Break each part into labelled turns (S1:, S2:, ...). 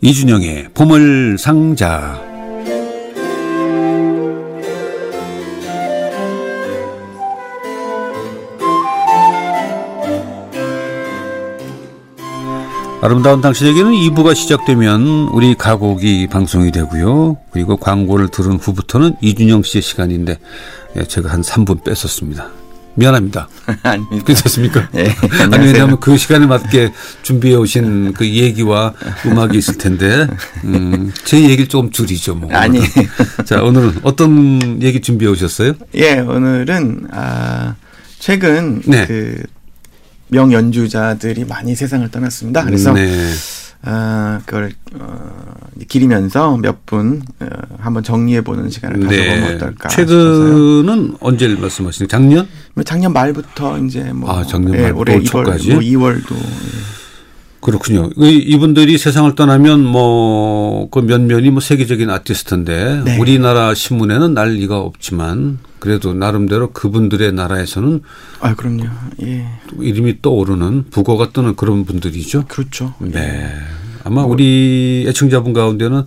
S1: 이준영의 보물상자. 아름다운 당신에게는 2부가 시작되면 우리 가곡이 방송이 되고요. 그리고 광고를 들은 후부터는 이준영 씨의 시간인데 예, 제가 한 3분 뺐었습니다. 미안합니다.
S2: 아닙니다.
S1: 괜찮습니까?
S2: 예,
S1: 아니
S2: 안녕하세요.
S1: 왜냐하면 그 시간에 맞게 준비해 오신 그 얘기와 음악이 있을 텐데 음, 제 얘기를 조금 줄이죠. 뭐.
S2: 아니.
S1: 자 오늘은 어떤 얘기 준비해 오셨어요?
S2: 예, 오늘은 아 최근
S1: 네.
S2: 그 명연주자들이 많이 세상을 떠났습니다. 그래서
S1: 네.
S2: 아 그걸 어, 이제 기리면서 몇 분 어, 한번 정리해 보는 시간을 가져보면
S1: 네.
S2: 어떨까 싶어서요.
S1: 최근은 언제 말씀하시는 거예요? 작년?
S2: 뭐 작년 말부터 이제 뭐
S1: 아, 작년
S2: 예,
S1: 말부터
S2: 올해 2월
S1: 초까지?
S2: 뭐 2월도
S1: 그렇군요. 이- 이분들이 세상을 떠나면 뭐 그 면면이 뭐 세계적인 아티스트인데
S2: 네.
S1: 우리나라 신문에는 날 리가 없지만 그래도 나름대로 그분들의 나라에서는
S2: 아 그럼요. 예.
S1: 이름이 떠오르는 북어가 뜨는 그런 분들이죠.
S2: 그렇죠.
S1: 네. 아마 우리 애청자분 가운데는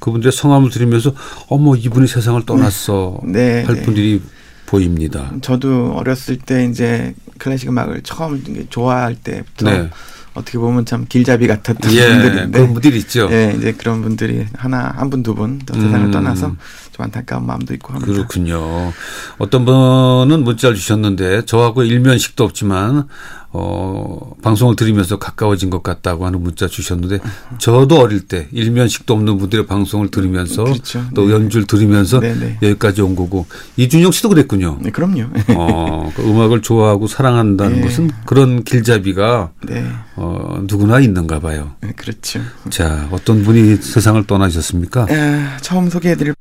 S1: 그분들의 성함을 들으면서 어머 이분이 세상을 떠났어
S2: 네,
S1: 할
S2: 네.
S1: 분들이 보입니다.
S2: 저도 어렸을 때 이제 클래식 음악을 처음 이제 좋아할 때부터
S1: 네.
S2: 어떻게 보면 참 길잡이 같았던
S1: 예,
S2: 분들인데
S1: 그런 분들이 있죠.
S2: 예, 이제 그런 분들이 하나 한 분 두 분 또 세상을
S1: 음.
S2: 떠나서 좀 안타까운 마음도 있고 합니다.
S1: 그렇군요. 어떤 분은 문자를 주셨는데 저하고 일면식도 없지만 어 방송을 들으면서 가까워진 것 같다고 하는 문자 주셨는데 저도 어릴 때 일면식도 없는 분들의 방송을 들으면서
S2: 그렇죠.
S1: 또
S2: 네.
S1: 연주를 들으면서
S2: 네, 네.
S1: 여기까지 온 거고 이준영 씨도 그랬군요.
S2: 네, 그럼요.
S1: 어, 그 음악을 좋아하고 사랑한다는
S2: 예.
S1: 것은 그런 길잡이가
S2: 네,
S1: 어, 누구나 있는가 봐요.
S2: 네, 그렇죠.
S1: 자, 어떤 분이 세상을 떠나셨습니까?
S2: 에, 예, 처음 소개해드릴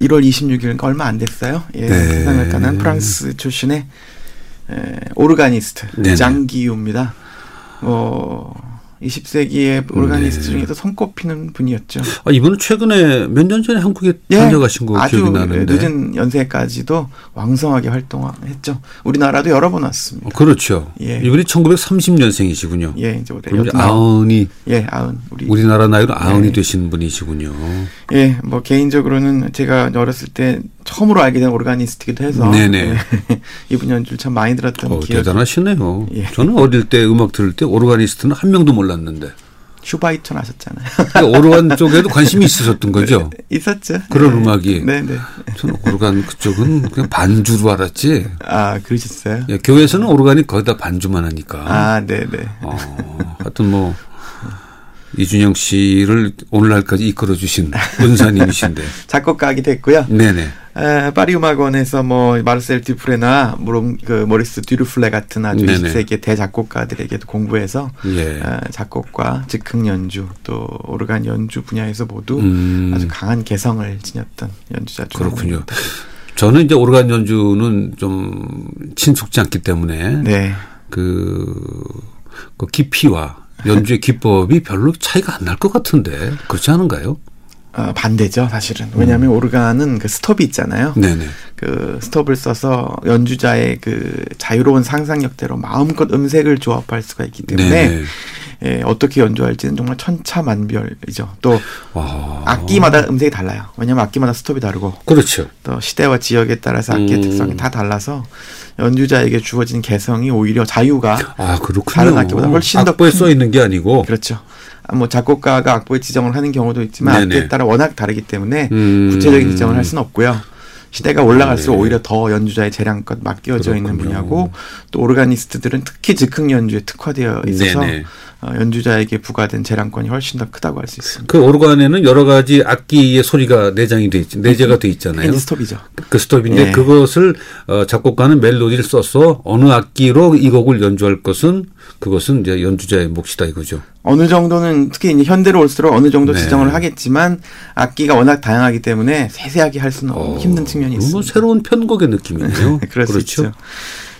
S2: 1월 26일 그러니까 얼마 안 됐어요. 예,
S1: 네.
S2: 세상을 떠난 프랑스 출신의 에, 오르가니스트
S1: 네네.
S2: 장기유입니다. 뭐 20세기의 오르가니스트
S1: 네.
S2: 중에서 손꼽히는 분이었죠.
S1: 아, 이분은 최근에 몇 년 전에 한국에
S2: 예,
S1: 다녀가신 거
S2: 아주
S1: 기억이 나는데.
S2: 늦은 연세까지도 왕성하게 활동했죠. 우리나라도 여러 번
S1: 어,
S2: 왔습니다.
S1: 그렇죠.
S2: 예.
S1: 이분이 1930년생이시군요.
S2: 예, 이제 올해
S1: 그럼 이제
S2: 여든
S1: 아흔이
S2: 예, 아흔 우리
S1: 우리나라 나이로 아흔이
S2: 네.
S1: 되신 분이시군요.
S2: 예, 뭐 개인적으로는 제가 어렸을 때 처음으로 알게 된 오르가니스트기도 해서
S1: 네네.
S2: 예, 이분 연주를 참 많이 들었던
S1: 어,
S2: 기억.
S1: 대단하시네요.
S2: 예.
S1: 저는 어릴 때 음악 들을 때 오르가니스트는 한 명도 몰랐는데
S2: 슈바이톤 하셨잖아요.
S1: 그러니까 오르간 쪽에도 관심이 있으셨던 거죠.
S2: 있었죠.
S1: 그런
S2: 네.
S1: 음악이. 예.
S2: 네, 네.
S1: 저는 오르간 그쪽은 그냥 반주로 알았지.
S2: 아, 그러셨어요?
S1: 예, 교회에서는 오르간이 거의 다 반주만 하니까.
S2: 아, 네, 네.
S1: 어, 하여튼 뭐 이준영 씨를 오늘날까지 이끌어 주신 은사님이신데.
S2: 작곡가하게 됐고요.
S1: 네네.
S2: 에, 파리 음악원에서 뭐 마르셀 듀프레나 모롬 그 모리스 듀르플레 같은 아주
S1: 네네.
S2: 20세기 대작곡가들에게도 공부해서
S1: 예.
S2: 에, 작곡과 즉흥 연주 또 오르간 연주 분야에서 모두
S1: 음.
S2: 아주 강한 개성을 지녔던 연주자 중
S1: 그렇군요. 저는 이제 오르간 연주는 좀 친숙지 않기 때문에
S2: 네.
S1: 그, 그 깊이와 연주의 기법이 별로 차이가 안 날 것 같은데 그렇지 않은가요?
S2: 어, 반대죠, 사실은. 왜냐하면 오르간은 그 스톱이 있잖아요.
S1: 음. 네네.
S2: 그 스톱을 써서 연주자의 그 자유로운 상상력대로 마음껏 음색을 조합할 수가 있기 때문에
S1: 네네.
S2: 예, 어떻게 연주할지는 정말 천차만별이죠. 또
S1: 와.
S2: 아. 악기마다 음색이 달라요. 왜냐하면 악기마다 스톱이 다르고
S1: 그렇죠.
S2: 또 시대와 지역에 따라서 악기의
S1: 음.
S2: 특성이 다 달라서 연주자에게 주어진 개성이 오히려 자유가
S1: 아 그렇군요.
S2: 다른 악기보다 훨씬 더
S1: 악보에
S2: 큰-
S1: 써 있는 게 아니고
S2: 그렇죠. 아, 뭐 작곡가가 악보에 지정을 하는 경우도 있지만
S1: 네네.
S2: 악기에 따라 워낙 다르기 때문에
S1: 음.
S2: 구체적인 지정을 할 수는 없고요. 시대가 올라갈수록
S1: 네.
S2: 오히려 더 연주자의 재량껏 맡겨져 있는
S1: 그렇군요.
S2: 분야고 또 오르가니스트들은 특히 즉흥 연주에 특화되어 있어서
S1: 네네.
S2: 어, 연주자에게 부과된 재량권이 훨씬 더 크다고 할 수 있습니다.
S1: 그 오르간에는 여러 가지 악기의 소리가 내장이 돼 있지 내재가 돼 있잖아요.
S2: 엔지 스톱이죠.
S1: 그 스톱인데
S2: 예.
S1: 그것을 어, 작곡가는 멜로디를 써서 어느 악기로 이 곡을 연주할 것은 그것은 이제 연주자의 몫이다 이거죠.
S2: 어느 정도는 특히 이제 현대로 올수록 어느 정도
S1: 네.
S2: 지정을 하겠지만 악기가 워낙 다양하기 때문에 세세하게 할 수는
S1: 어,
S2: 힘든 측면이
S1: 그건 뭐
S2: 있습니다.
S1: 새로운 편곡의 느낌이네요. 그렇죠?
S2: 그럴 수 있죠.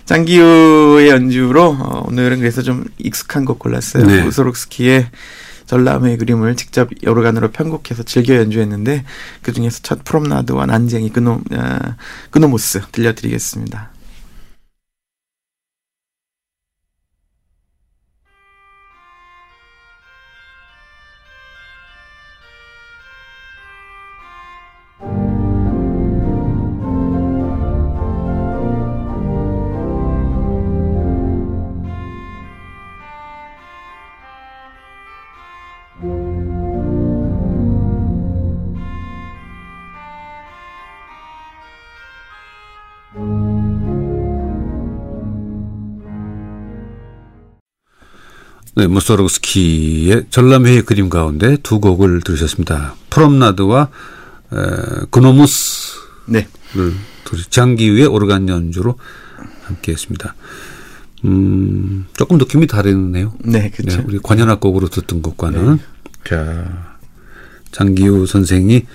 S2: 장기우의 연주로 어, 오늘은 그래서 좀 익숙한 곡 골랐어요.
S1: 네.
S2: 우소록스키의 전람회의 그림을 직접 여러간으로 편곡해서 즐겨 연주했는데 그 중에서 첫 프롬나드와 난쟁이 그노 아, 그노모스 들려드리겠습니다.
S1: 네, 무소로스키의 전람회의 그림 가운데 두 곡을 들으셨습니다. 프롬나드와 에, 그노무스를
S2: 네.
S1: 둘이 장기유의 오르간 연주로 함께했습니다. 음, 조금 느낌이 다르네요.
S2: 네, 그렇죠.
S1: 네, 우리 관현악 곡으로 듣던 것과는
S2: 네.
S1: 자 장기우 선생이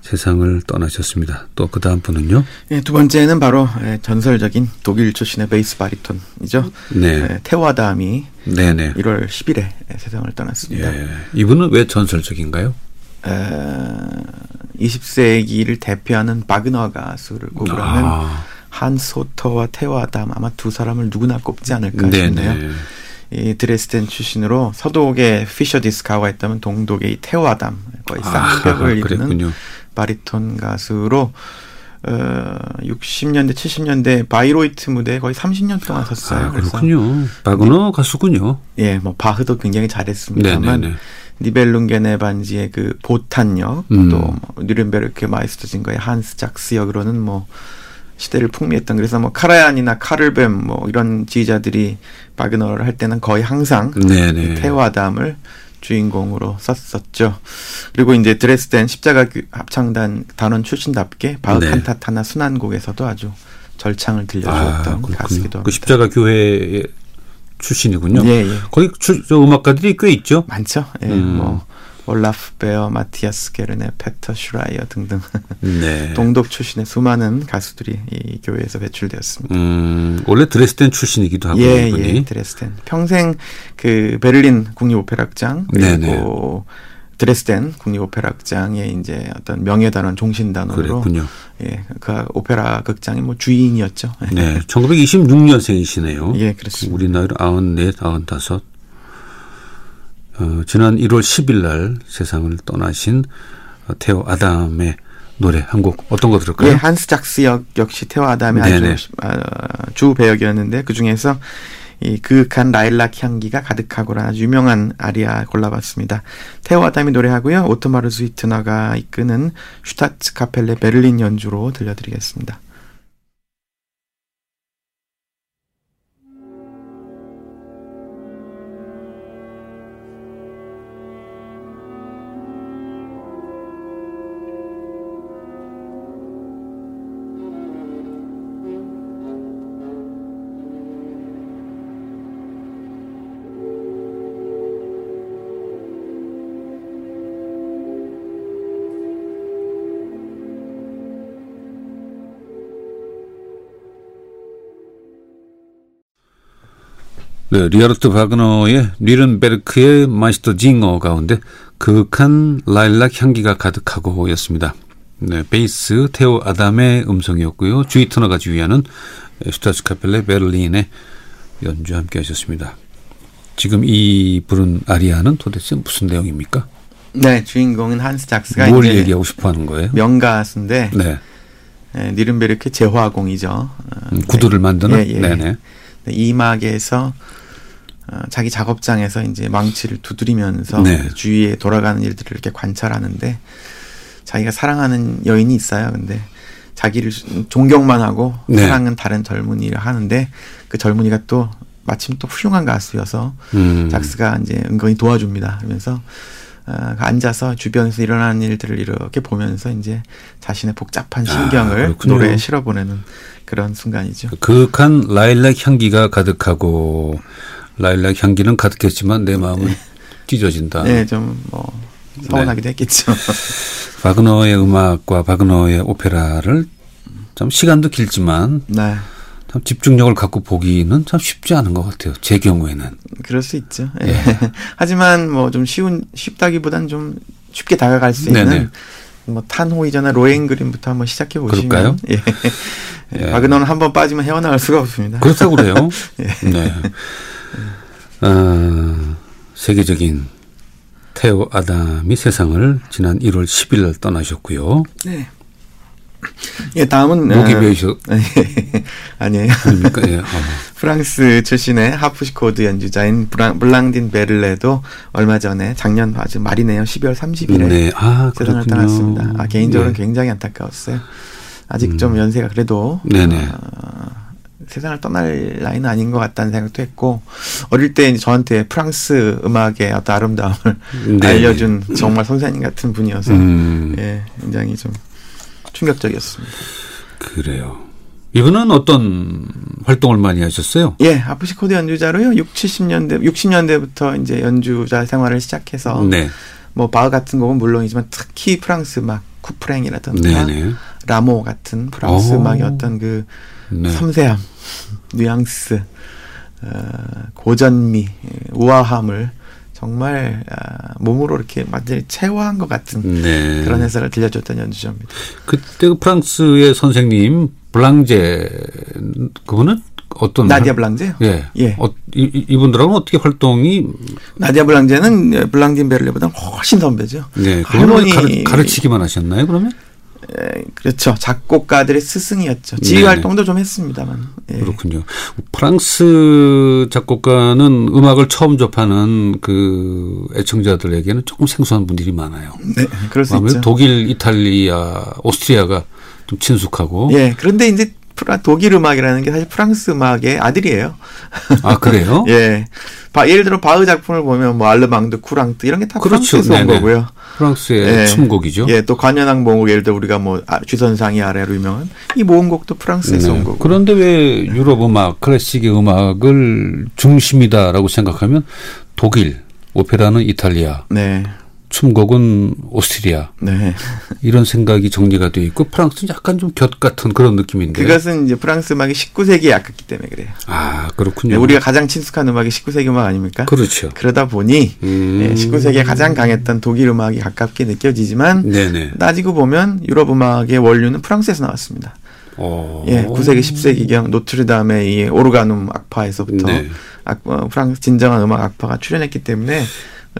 S1: 세상을 떠나셨습니다. 또 그 다음 분은요.
S2: 예, 두 번째는 바로 예, 전설적인 독일 출신의 베이스 바리톤이죠.
S1: 네,
S2: 예, 테와담이
S1: 네, 네.
S2: 1월 10일에 예, 세상을 떠났습니다.
S1: 예, 이분은 왜 전설적인가요?
S2: 에, 20세기를 대표하는 바그너 가수를 곡으로 하는
S1: 아,
S2: 한 소터와 테와담 아마 두 사람을 누구나 꼽지 않을까
S1: 네,
S2: 싶네요.
S1: 네.
S2: 이 드레스덴 출신으로 서독의 피셔 디스카와 있다면 동독의 이 테와담 거의 쌍벽을 이루는
S1: 아, 그랬군요.
S2: 바리톤 가수로 어, 60년대 70년대 바이로이트 무대에 거의 30년 동안 섰어요.
S1: 아,
S2: 그래서
S1: 그렇군요. 바그너 가수군요.
S2: 예, 뭐 바흐도 굉장히 잘했습니다만
S1: 네네네.
S2: 니벨룽겐의 반지의 그 보탄 역,
S1: 음.
S2: 또뭐 뉴른베르크 마이스터 증거의 한스 작스 역으로는 뭐 시대를 풍미했던 그래서 뭐 카라얀이나 카를뱀 뭐 이런 지휘자들이 바그너를 할 때는 거의 항상
S1: 네네.
S2: 태화담을 주인공으로 썼었죠. 그리고 이제 드레스덴 십자가 교- 합창단 단원 출신답게 바흐
S1: 네.
S2: 칸타타나 순환곡에서도 아주 절창을
S1: 아,
S2: 들려주었던 가수기도
S1: 그렇군요.
S2: 합니다.
S1: 그 십자가 교회 출신이군요.
S2: 예, 예.
S1: 거기 출- 저 음악가들이 꽤 있죠.
S2: 많죠. 예,
S1: 음.
S2: 뭐 올라프 베어, 마티아스 게르네, 페터 슈라이어 등등
S1: 네.
S2: 동독 출신의 수많은 가수들이 이 교회에서 배출되었습니다.
S1: 음, 원래 드레스덴 출신이기도 하고
S2: 예,
S1: 아, 이분이.
S2: 예, 드레스덴. 평생 그 베를린 국립오페라극장
S1: 네,
S2: 그리고 드레스덴 국립오페라극장의 이제 어떤 명예단원, 종신단원으로
S1: 그랬군요.
S2: 예, 그 오페라 극장의 뭐 주인이었죠. 예.
S1: 네, 1926년생이시네요.
S2: 예, 그렇습니다.
S1: 우리 나이로 94, 95. 어, 지난 1월 10일 날 세상을 떠나신 어, 테오 아담의 노래 한 곡 어떤 거 들을까요?
S2: 예, 한스 작스 역 역시 태화담의
S1: 네네.
S2: 아주 시- 아, 주 배역이었는데 그 중에서 이 그윽한 라일락 향기가 가득하고라 아주 유명한 아리아 골라봤습니다. 태화담이 노래하고요. 오토마르 스위트너가 이끄는 슈타츠 카펠레 베를린 연주로 들려드리겠습니다.
S1: 네, 리하르트 바그너의 뉘른베르크의 마이스터 징어 가운데 그윽한 라일락 향기가 가득하고 였습니다. 네, 베이스 테오 아담의 음성이었고요. 주이 터너가 주의하는 슈타츠 카펠레 베를린의 연주 함께 하셨습니다. 지금 이 부른 아리아는 도대체 무슨 내용입니까?
S2: 네, 주인공은 한스 작스가
S1: 뭘
S2: 그러니까 이제
S1: 얘기하고 싶어 하는 거예요?
S2: 명가수인데
S1: 네.
S2: 예, 니른베르크 재화공이죠. 어,
S1: 음, 구두를 만드는?
S2: 예, 예.
S1: 네네.
S2: 네, 이막에서 어, 자기 작업장에서 이제 망치를 두드리면서
S1: 네.
S2: 주위에 돌아가는 일들을 이렇게 관찰하는데 자기가 사랑하는 여인이 있어요. 근데 자기를 존경만 하고
S1: 네.
S2: 사랑은 다른 젊은이를 하는데 그 젊은이가 또 마침 또 훌륭한 가수여서
S1: 음,
S2: 작스가 이제 은근히 도와줍니다. 그러면서 어, 앉아서 주변에서 일어나는 일들을 이렇게 보면서 이제 자신의 복잡한
S1: 아,
S2: 신경을
S1: 그렇군요.
S2: 노래에 실어보내는 그런 순간이죠.
S1: 그윽한 라일락 향기가 가득하고 라일락 향기는 가득했지만 내 마음은 찢어진다.
S2: 네, 좀 뭐 서운하기도
S1: 네.
S2: 했겠죠.
S1: 바그너의 음악과 바그너의 오페라를 참 시간도 길지만
S2: 네,
S1: 참 집중력을 갖고 보기는 참 쉽지 않은 것 같아요. 제 경우에는.
S2: 그럴 수 있죠. 예.
S1: 네.
S2: 하지만 뭐 좀 쉬운 쉽다기보단 좀 쉽게 다가갈 수 있는
S1: 네네.
S2: 뭐 탄호이저나 로엔그린부터 한번 시작해 보시면
S1: 그럴까요?
S2: 예.
S1: 예.
S2: 바그너는 한번 빠지면 헤어나올 수가 없습니다.
S1: 그렇다고 그래요. 네. 어, 세계적인 테오 아담이 세상을 지난 1월 10일 날 떠나셨고요.
S2: 네. 예, 다음은
S1: 목이
S2: 어,
S1: 메이셨
S2: 예. 아니에요.
S1: 그러니까 예. 어,
S2: 프랑스 출신의 하프시코드 연주자인 브랑, 블랑딘 베를레도 얼마 전에 작년 아주 말이네요. 12월 30일에
S1: 네. 아, 그렇군요.
S2: 세상을 떠났습니다. 아, 개인적으로는
S1: 네. 음.
S2: 굉장히 안타까웠어요. 아직 좀 연세가 그래도
S1: 네네.
S2: 어, 세상을 떠날 나이는 아닌 것 같다는 생각도 했고 어릴 때 이제 저한테 프랑스 음악의 어떤 아름다움을
S1: 네.
S2: 알려준 정말 선생님 같은 분이어서
S1: 음.
S2: 예, 굉장히 좀 충격적이었습니다.
S1: 그래요. 이분은 어떤 활동을 많이 하셨어요?
S2: 예, 아프시코드 연주자로요. 6, 70년대, 60년대부터 이제 연주자 생활을 시작해서
S1: 네.
S2: 뭐 바흐 같은 곡은 물론이지만 특히 프랑스 음악 쿠프랭이라든가
S1: 네, 네.
S2: 라모 같은 프랑스
S1: 오.
S2: 음악의 어떤 그
S1: 네.
S2: 섬세함, 뉘앙스, 어, 고전미, 우아함을 정말 아, 몸으로 이렇게 완전히 체화한 것 같은
S1: 네.
S2: 그런 해설을 들려줬던 연주자입니다.
S1: 그때 그 프랑스의 선생님 블랑제 그거는 어떤
S2: 나디아
S1: 활-
S2: 블랑제요.
S1: 예.
S2: 예.
S1: 어, 이, 이- 이분들하고는 어떻게 활동이
S2: 나디아 블랑제는 블랑딘 베를레보다 훨씬 선배죠.
S1: 네.
S2: 할머니- 예.
S1: 그거는 가르, 치기만 하셨나요, 그러면?
S2: 에, 그렇죠. 작곡가들의 스승이었죠. 지휘
S1: 네네.
S2: 활동도 좀 했습니다만. 예.
S1: 그렇군요. 프랑스 작곡가는 음악을 처음 접하는 그 애청자들에게는 조금 생소한 분들이 많아요.
S2: 네, 그럴 수
S1: 아무래도
S2: 있죠.
S1: 독일, 이탈리아, 오스트리아가 좀 친숙하고
S2: 예, 그런데 이제 프라, 독일 음악이라는 게 사실 프랑스 음악의 아들이에요.
S1: 아 그래요?
S2: 예. 바, 예를 들어 바흐 작품을 보면 뭐 알르망드, 쿠랑트 이런 게 다
S1: 그렇죠.
S2: 프랑스에서 온
S1: 네네.
S2: 거고요.
S1: 프랑스의
S2: 예.
S1: 춤곡이죠.
S2: 예, 또 관현악 모음곡 예를 들어 우리가 뭐 아, 쥐선상이 아래로 유명한 이 모음곡도 프랑스에서
S1: 네.
S2: 온 거고.
S1: 그런데 왜 유럽 음악, 클래식의 음악을 중심이다라고 생각하면 독일, 오페라는 이탈리아,
S2: 네.
S1: 춤곡은 오스트리아
S2: 네.
S1: 이런 생각이 정리가 돼 있고 프랑스는 약간 좀 곁 같은 그런 느낌인데.
S2: 그것은 이제 프랑스 음악이 19세기에 약했기 때문에 그래요.
S1: 아
S2: 네,
S1: 그렇군요.
S2: 우리가 가장 친숙한 음악이 19세기 음악 아닙니까?
S1: 그렇죠.
S2: 그러다 보니
S1: 음.
S2: 예, 19세기에 가장 강했던 독일 음악이 가깝게 느껴지지만
S1: 네네.
S2: 따지고 보면 유럽 음악의 원류는 프랑스에서 나왔습니다.
S1: 어.
S2: 예, 9세기 10세기경 노트르담의 이 오르가눔 악파에서부터
S1: 네.
S2: 악, 어, 프랑스 진정한 음악 악파가 출현했기 때문에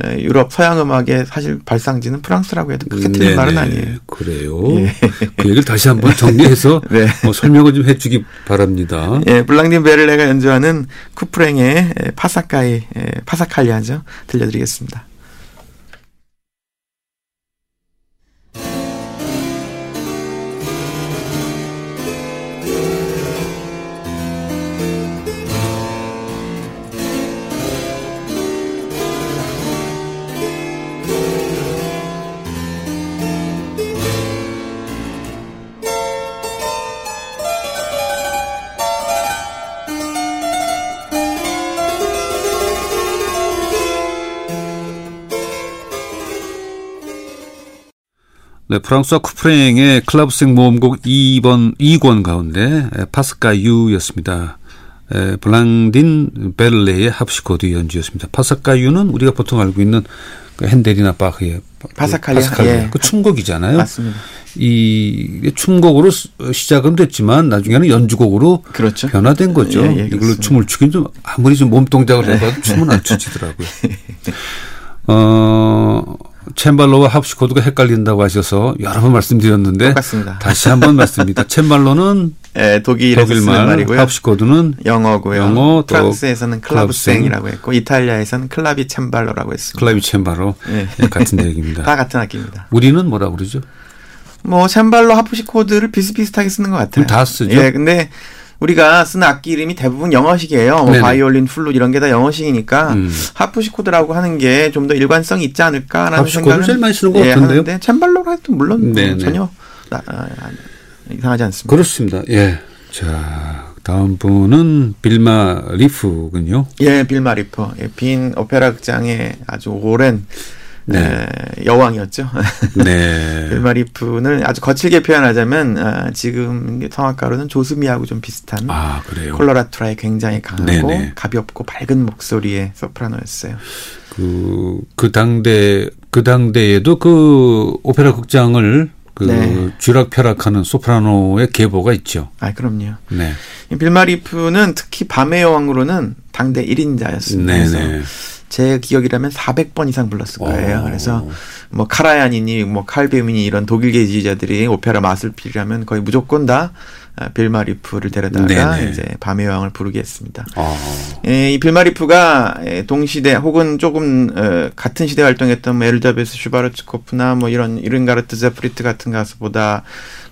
S2: 에, 유럽 서양 음악의 사실 발상지는 프랑스라고 해도 크게 틀린 말은
S1: 네네.
S2: 아니에요.
S1: 그래요.
S2: 예.
S1: 그 얘기를 다시 한번 정리해서
S2: 네.
S1: 어, 설명을 좀 해주기 바랍니다.
S2: 예, 블랑딘 베를레가 연주하는 쿠프랭의 에, 파사카이 에, 파사칼리아죠. 들려드리겠습니다.
S1: 네, 프랑스와 쿠프랭의 클라브생 모음곡 2번 2권 가운데 에, 파스카 유였습니다. 에, 블랑딘 베를레의 합시코드 연주였습니다. 파스카 유는 우리가 보통 알고 있는 그 핸델이나 바흐의 그
S2: 파스칼이야?
S1: 파스칼이야.
S2: 예.
S1: 그 춤곡이잖아요.
S2: 맞습니다.
S1: 이 춤곡으로 스- 시작은 됐지만 나중에는 연주곡으로
S2: 그렇죠.
S1: 변화된 거죠.
S2: 예, 예,
S1: 이걸로
S2: 그렇습니다. 네.
S1: 춤을 추긴 좀 아무리 좀 몸 동작을 해봐도 춤은 안 추지더라고요. 어, 챔발로와 합시코드가 헷갈린다고 하셔서 여러 번 말씀드렸는데
S2: 똑같습니다.
S1: 다시 한번 말씀입니다. 챔발로는
S2: 예, 독일에서 쓰는
S1: 독일말,
S2: 말이고요. 예.
S1: 합시코드는
S2: 영어고요.
S1: 영어, 또
S2: 프랑스에서는 클라브생이라고 했고 이탈리아에서는 클라비 챔발로라고 했습니다.
S1: 클라비 챔발로
S2: 예.
S1: 예, 같은 얘기입니다.
S2: 다 같은 악기입니다.
S1: 우리는 뭐라 그러죠?
S2: 뭐 챔발로 하프시 코드를 비슷비슷하게 쓰는 것 같아요.
S1: 그럼 다 쓰죠?
S2: 예, 근데 우리가 쓰는 악기 이름이 대부분 영어식이에요. 뭐
S1: 네네.
S2: 바이올린, 플룻 이런 게 다 영어식이니까
S1: 음.
S2: 하프시 코드라고 하는 게 좀 더 일관성이 있지 않을까라는
S1: 하프시 코드를
S2: 생각을
S1: 제일 많이 쓰는 것
S2: 예,
S1: 같은데요?
S2: 하는데 챔발로라 해도 물론
S1: 네네.
S2: 전혀 나- 아, 아, 이상하지 않습니다.
S1: 그렇습니다. 예. 자, 다음 분은 빌마 리프군요.
S2: 예, 빌마 리퍼. 예, 빈 오페라 극장의 아주 오랜
S1: 네.
S2: 에, 여왕이었죠.
S1: 네.
S2: 빌마 리프는 아주 거칠게 표현하자면 아, 지금 성악가로는 조스미하고 좀 비슷한
S1: 아, 그래요.
S2: 콜로라투라의 굉장히 강하고
S1: 네네.
S2: 가볍고 밝은 목소리의 소프라노였어요.
S1: 그, 그 당대, 그 당대에도 그 오페라 극장을 그
S2: 네.
S1: 쥐락펴락하는 소프라노의 계보가 있죠.
S2: 아 그럼요.
S1: 네.
S2: 이 빌마리프는 특히 밤의 여왕으로는 당대 1인자였습니다. 그래서
S1: 네네.
S2: 제 기억이라면 400번 이상 불렀을 거예요.
S1: 오.
S2: 그래서 뭐 카라얀이니 뭐 칼베미니 이런 독일계 지휘자들이 오페라 맛을 빌려면 거의 무조건 다 아, 빌마리프를 데려다가
S1: 네네.
S2: 이제 밤의 여왕을 부르게 했습니다.
S1: 아,
S2: 예, 이 빌마리프가 예, 동시대 혹은 조금 어, 같은 시대 에 활동했던 뭐 엘자베스 슈바르츠코프나 뭐 이런 이른가르트 제프리트 같은 가수보다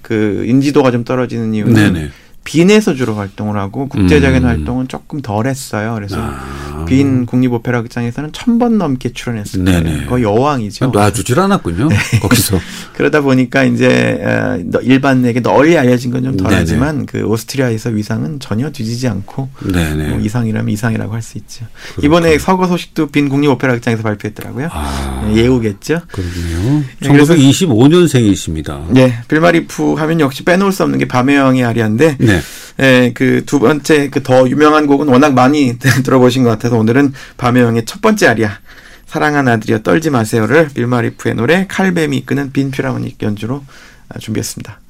S2: 그 인지도가 좀 떨어지는 이유는
S1: 네네.
S2: 빈에서 주로 활동을 하고 국제적인
S1: 음.
S2: 활동은 조금 덜 했어요. 그래서
S1: 아,
S2: 빈 국립오페라 극장에서는 천 번 넘게 출연했을
S1: 네네.
S2: 거예요. 거의 여왕이죠.
S1: 아, 놔주질 않았군요.
S2: 네.
S1: 거기서.
S2: 그러다 보니까 이제 어, 너- 일반에게 널리 알려진 건 좀
S1: 네네.
S2: 덜하지만 그 오스트리아에서 위상은 전혀 뒤지지 않고
S1: 네네.
S2: 뭐 이상이라면 이상이라고 할 수 있죠.
S1: 예. 그렇군요.
S2: 이번에 서거 소식도 빈 국립오페라 극장에서 발표했더라고요.
S1: 아,
S2: 예우겠죠.
S1: 그렇군요.
S2: 예, 그래서-
S1: 1925년생이십니다.
S2: 네, 빌마리프 하면 역시 빼놓을 수 없는 게 밤의 여왕의 아리아인데,
S1: 네.
S2: 예, 그 두 번째 그 더 유명한 곡은 워낙 많이 들어보신 것 같아서 오늘은 밤의 여왕의 첫 번째 아리아, 사랑한 아들이여 떨지 마세요를 빌마리프의 노래 칼뱀이 이끄는 빈 피라모닉 연주로 아, 준비했습니다.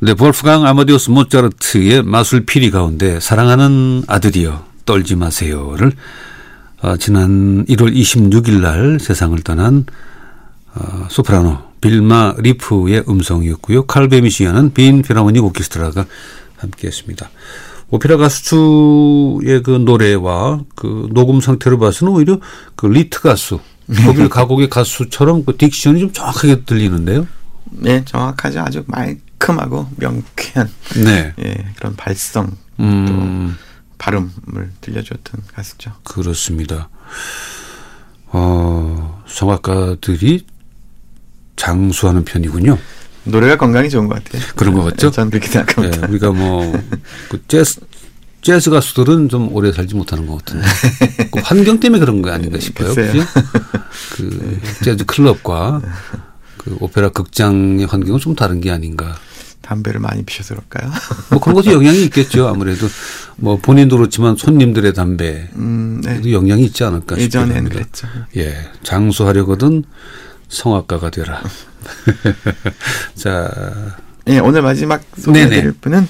S1: 네, 볼프강 아마디우스 모차르트의 마술 피리 가운데 사랑하는 아들이여 떨지 마세요를 아, 지난 1월 26일 날 세상을 떠난 아, 소프라노 빌마 리프의 음성이었고요. 칼베미 시하는 빈 피라모닉 오케스트라가 함께했습니다. 오페라 가수의 그 노래와 그 녹음 상태로 봐서는 오히려 그 리트 가수, 독일 가곡의 가수처럼 그 딕션이 좀 정확하게 들리는데요.
S2: 네, 정확하죠. 아주 말끔하고 명쾌한
S1: 네.
S2: 예, 그런 발성,
S1: 음.
S2: 발음을 들려줬던 가수죠.
S1: 그렇습니다. 어, 성악가들이 장수하는 편이군요.
S2: 노래가 건강이 좋은 것 같아요.
S1: 그런 것 같죠?
S2: 예, 저는 그렇게
S1: 예,
S2: 생각합니다.
S1: 우리가 뭐, 그 재즈, 재즈 가수들은 좀 오래 살지 못하는 것 같은데. 그 환경 때문에 그런 거 아닌가 싶어요.
S2: 글쎄요.
S1: 그죠? 그 재즈 클럽과 그 오페라 극장의 환경은 좀 다른 게 아닌가.
S2: 담배를 많이 피셔서 그럴까요?
S1: 뭐 그런 것도 영향이 있겠죠. 아무래도 뭐 본인도 그렇지만 손님들의 담배에도
S2: 음, 네.
S1: 영향이 있지 않을까 싶습니다.
S2: 예전엔 그랬죠.
S1: 예, 장수하려거든 성악가가 되라. 자,
S2: 예, 오늘 마지막 소개해드릴
S1: 네네.
S2: 분은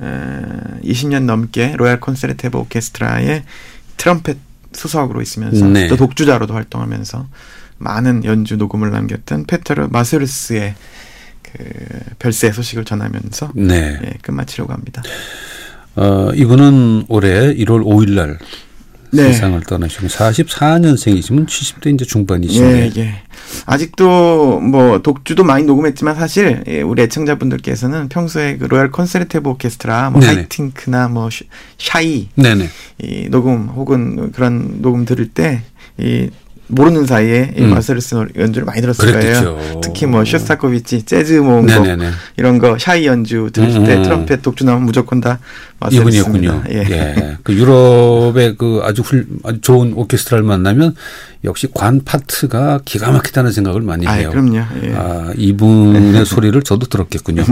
S2: 어, 20년 넘게 로얄 콘세르테보 오케스트라의 트럼펫 수석으로 있으면서
S1: 네.
S2: 또 독주자로도 활동하면서 많은 연주 녹음을 남겼던 페테르 마세르스의 그 별세 소식을 전하면서
S1: 네.
S2: 예, 끝마치려고 합니다.
S1: 어, 이분은 올해 1월 5일 날
S2: 네.
S1: 세상을 떠나시고 44년생이시면 70대 이제 중반이시네요.
S2: 예, 예. 아직도 뭐 독주도 많이 녹음했지만 사실 예, 우리 애청자분들께서는 평소에 그 로얄 콘세르테보 오케스트라 뭐
S1: 네네.
S2: 하이팅크나 뭐 슈- 샤이
S1: 네네.
S2: 이 녹음 혹은 그런 녹음 들을 때 이 모르는 사이에 이
S1: 음.
S2: 마세르스 노- 연주를 많이 들었을
S1: 그랬겠죠.
S2: 거예요. 특히 뭐 쇼스타코비치 재즈 모음곡
S1: 네네네.
S2: 이런 거 샤이 연주 들을
S1: 음,
S2: 때
S1: 음.
S2: 트럼펫 독주 나오면 무조건 다 마세르스입니다.
S1: 이분이었군요.
S2: 예.
S1: 예. 그 유럽의 그 아주 훌, 아주 좋은 오케스트라를 만나면 역시 관 파트가 기가 막히다는 생각을 많이
S2: 아,
S1: 해요.
S2: 그럼요. 예. 네.
S1: 아, 이분의 소리를 저도 들었겠군요.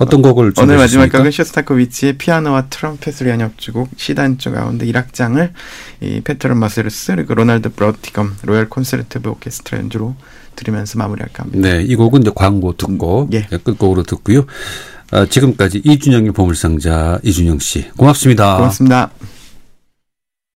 S1: 어떤 곡을
S2: 오늘 마지막
S1: 준비하셨습니까?
S2: 곡은 쇼스타코비치의 피아노와 트럼펫을 위한 협주곡 시단조 가운데 1악장을 이 페트론 마세르스 그리고 로날드 브로티검 로얄 콘서트 오케스트라 연주로 들으면서 마무리할까 합니다.
S1: 네, 이 곡은 이제 광고 듣고
S2: 음, 예.
S1: 예, 끝곡으로 듣고요. 아, 지금까지 이준영의 보물상자 이준영 씨 고맙습니다.
S2: 고맙습니다.